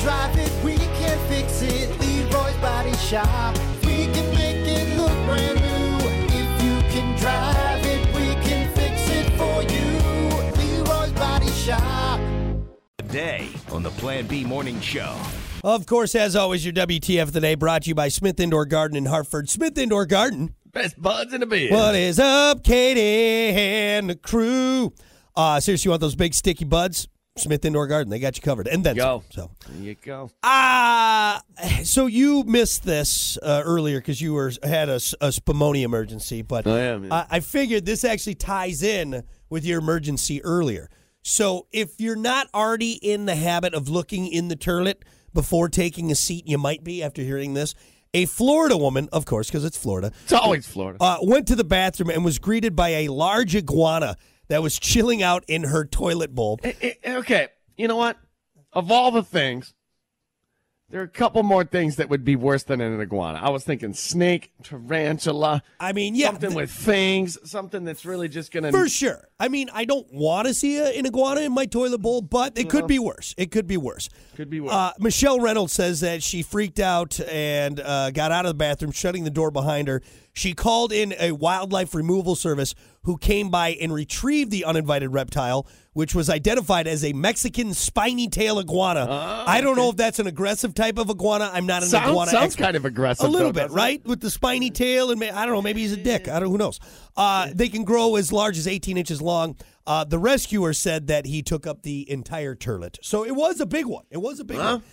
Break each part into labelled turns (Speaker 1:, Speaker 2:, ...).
Speaker 1: drive it, we can fix it. Leroy's Body Shop. We can make it look brand new. If you can drive it, we can fix it for you. Leroy's Body Shop.
Speaker 2: Today on the Plan B Morning Show.
Speaker 3: Of course, as always, your WTF of the day brought to you by Smith Indoor Garden in Hartford. Smith Indoor Garden.
Speaker 4: Best buds in the biz.
Speaker 3: What is up, Katie and the crew? Uh, seriously, you want those big sticky buds? Smith Indoor Garden. They got you covered. And then
Speaker 4: Go.
Speaker 3: some. So,
Speaker 4: There you go.
Speaker 3: ah, so you missed this uh, earlier because you were had a, s- a spumoni emergency, but
Speaker 4: I am, Oh, yeah.
Speaker 3: I, I figured this actually ties in with your emergency earlier. So if you're not already in the habit of looking in the toilet before taking a seat, you might be after hearing this. A Florida woman, of course, because it's Florida,
Speaker 4: It's always Florida.
Speaker 3: uh, went to the bathroom and was greeted by a large iguana that was chilling out in her toilet bowl.
Speaker 4: Eh, eh, okay. You know what? Of all the things, there are a couple more things that would be worse than an iguana. I was thinking snake, tarantula,
Speaker 3: I mean, yeah,
Speaker 4: something
Speaker 3: th-
Speaker 4: with fangs, something that's really just going to.
Speaker 3: for sure. I mean, I don't want to see a, an iguana in my toilet bowl, but it could be worse. It could be worse.
Speaker 4: Could be worse.
Speaker 3: Uh, Michelle Reynolds says that she freaked out and uh, got out of the bathroom, shutting the door behind her. She called in a wildlife removal service who came by and retrieved the uninvited reptile, which was identified as a Mexican spiny tail iguana. I don't know if that's an aggressive type of iguana. I'm not an
Speaker 4: Ah, Sounds-
Speaker 3: iguana
Speaker 4: sounds
Speaker 3: expert.
Speaker 4: kind of aggressive,
Speaker 3: A little
Speaker 4: though,
Speaker 3: bit,
Speaker 4: doesn't it?
Speaker 3: right? With the spiny tail, and may, I don't know, maybe he's a dick. I don't. Who knows? Uh, they can grow as large as 18 inches long. Uh, the rescuer said that he took up the entire turlet, so it was a big one. It was a big one.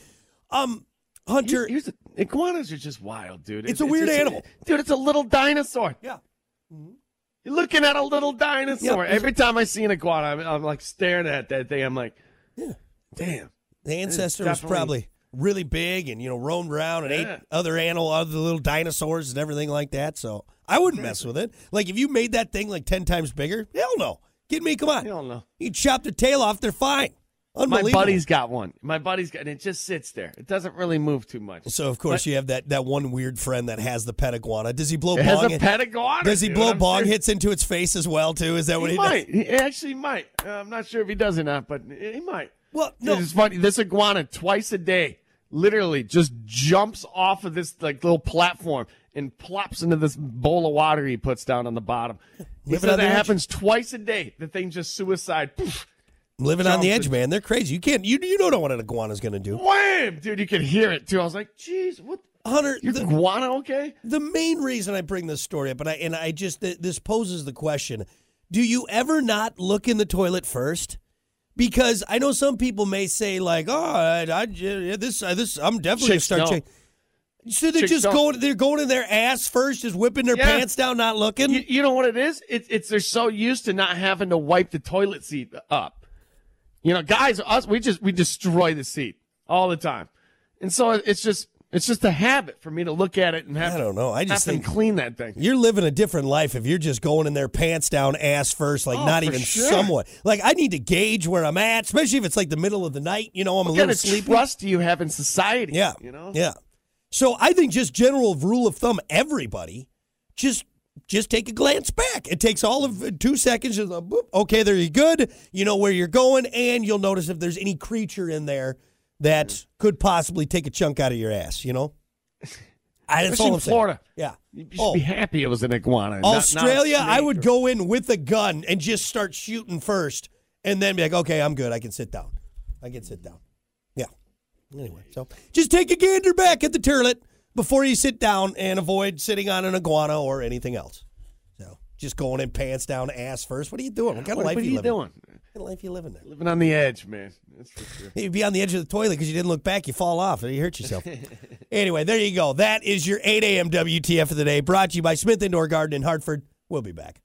Speaker 3: Um, Hunter,
Speaker 4: Here's the, iguanas are just wild, dude.
Speaker 3: It's a weird
Speaker 4: just-
Speaker 3: animal.
Speaker 4: dude, it's a little dinosaur.
Speaker 3: yeah,
Speaker 4: You're looking at a little dinosaur.
Speaker 3: Yeah.
Speaker 4: Every time I see an iguana, I'm, I'm like staring at that thing. I'm like, damn.
Speaker 3: the ancestor was
Speaker 4: definitely-
Speaker 3: probably really big, and you know, roamed around and
Speaker 4: Yeah.
Speaker 3: ate other animal, other little dinosaurs and everything like that. So I wouldn't mess with it. Like if you made that thing like 10 times bigger, hell no. Get me, come on.
Speaker 4: Hell no.
Speaker 3: You chop their tail off, they're fine.
Speaker 4: My
Speaker 3: Unbelievable.
Speaker 4: buddy's got one. My buddy's got, and it just sits there. It doesn't really move too much.
Speaker 3: So of course you have that that one weird friend that has the pet iguana. Does he blow
Speaker 4: It has
Speaker 3: bong?
Speaker 4: a pet iguana.
Speaker 3: does he
Speaker 4: dude.
Speaker 3: blow
Speaker 4: I'm
Speaker 3: bong
Speaker 4: serious.
Speaker 3: hits into its face as well too? Is that what
Speaker 4: He
Speaker 3: he, does?
Speaker 4: might. He actually might. Uh, I'm not sure if he does or not, but he might.
Speaker 3: Well,
Speaker 4: Dude,
Speaker 3: no.
Speaker 4: It's funny. This iguana twice a day literally just jumps off of this like little platform and plops into this bowl of water he puts down on the bottom. He
Speaker 3: Living
Speaker 4: said
Speaker 3: on the
Speaker 4: that
Speaker 3: edge.
Speaker 4: happens twice a day. The thing just suicide. Poof,
Speaker 3: Living on the
Speaker 4: Jumps
Speaker 3: edge, man. They're crazy. You can't. You you don't know what an iguana's going to do.
Speaker 4: wham! Dude, you could hear it too. I was like, jeez, what?
Speaker 3: Hunter,
Speaker 4: Your
Speaker 3: the-
Speaker 4: iguana okay?
Speaker 3: the main reason I bring this story up, and I and I just th- this poses the question: Do you ever not look in the toilet first? Because I know some people may say like, "Oh, I, I yeah, this I, this I'm definitely
Speaker 4: Chicks
Speaker 3: gonna start
Speaker 4: don't.
Speaker 3: checking." So they're
Speaker 4: Chicks
Speaker 3: just
Speaker 4: don't.
Speaker 3: going they're going in their ass first, just whipping their
Speaker 4: Yeah.
Speaker 3: pants down, not looking.
Speaker 4: You, you know what it is? It, it's they're so used to not having to wipe the toilet seat up. You know, guys, us we just we destroy the seat all the time, and so it's just it's just a habit for me to look at it and have
Speaker 3: I don't know. I
Speaker 4: have
Speaker 3: just
Speaker 4: them
Speaker 3: think
Speaker 4: clean that thing.
Speaker 3: you're living a different life if you're just going in their pants down ass first, like
Speaker 4: Oh,
Speaker 3: not
Speaker 4: for
Speaker 3: even
Speaker 4: sure.
Speaker 3: somewhat. Like I need to gauge where I'm at, especially if it's like the middle of the night. You know, I'm a
Speaker 4: What kind
Speaker 3: little
Speaker 4: of
Speaker 3: sleepy.
Speaker 4: trust do you have in society?
Speaker 3: Yeah.
Speaker 4: you know.
Speaker 3: Yeah. So I think just general rule of thumb, everybody, just just take a glance back. It takes all of uh, two seconds. Just a boop. Okay, there you good. You know where you're going, and you'll notice if there's any creature in there that could possibly take a chunk out of your ass. You know, I, that's
Speaker 4: Especially
Speaker 3: all
Speaker 4: in
Speaker 3: I'm saying.
Speaker 4: Florida.
Speaker 3: Yeah.
Speaker 4: You should
Speaker 3: Oh.
Speaker 4: be happy it was an iguana. not- not a
Speaker 3: Australia, I
Speaker 4: snake
Speaker 3: would
Speaker 4: or-
Speaker 3: go in with a gun and just start shooting first, and then be like, okay, I'm good. I can sit down. I can sit down. Yeah. Anyway, so just take a gander back at the turlet before you sit down and avoid sitting on an iguana or anything else. So just going in pants down, ass first. What are you doing? What kind of
Speaker 4: What,
Speaker 3: life
Speaker 4: what are
Speaker 3: you,
Speaker 4: you
Speaker 3: living?
Speaker 4: doing?
Speaker 3: What kind of life you living there?
Speaker 4: Living on the edge, man. That's for sure.
Speaker 3: You'd be on the edge of the toilet because you didn't look back. You fall off and you hurt yourself. anyway, there you go. That is your 8 a.m. WTF of the day brought to you by Smith Indoor Garden in Hartford. We'll be back.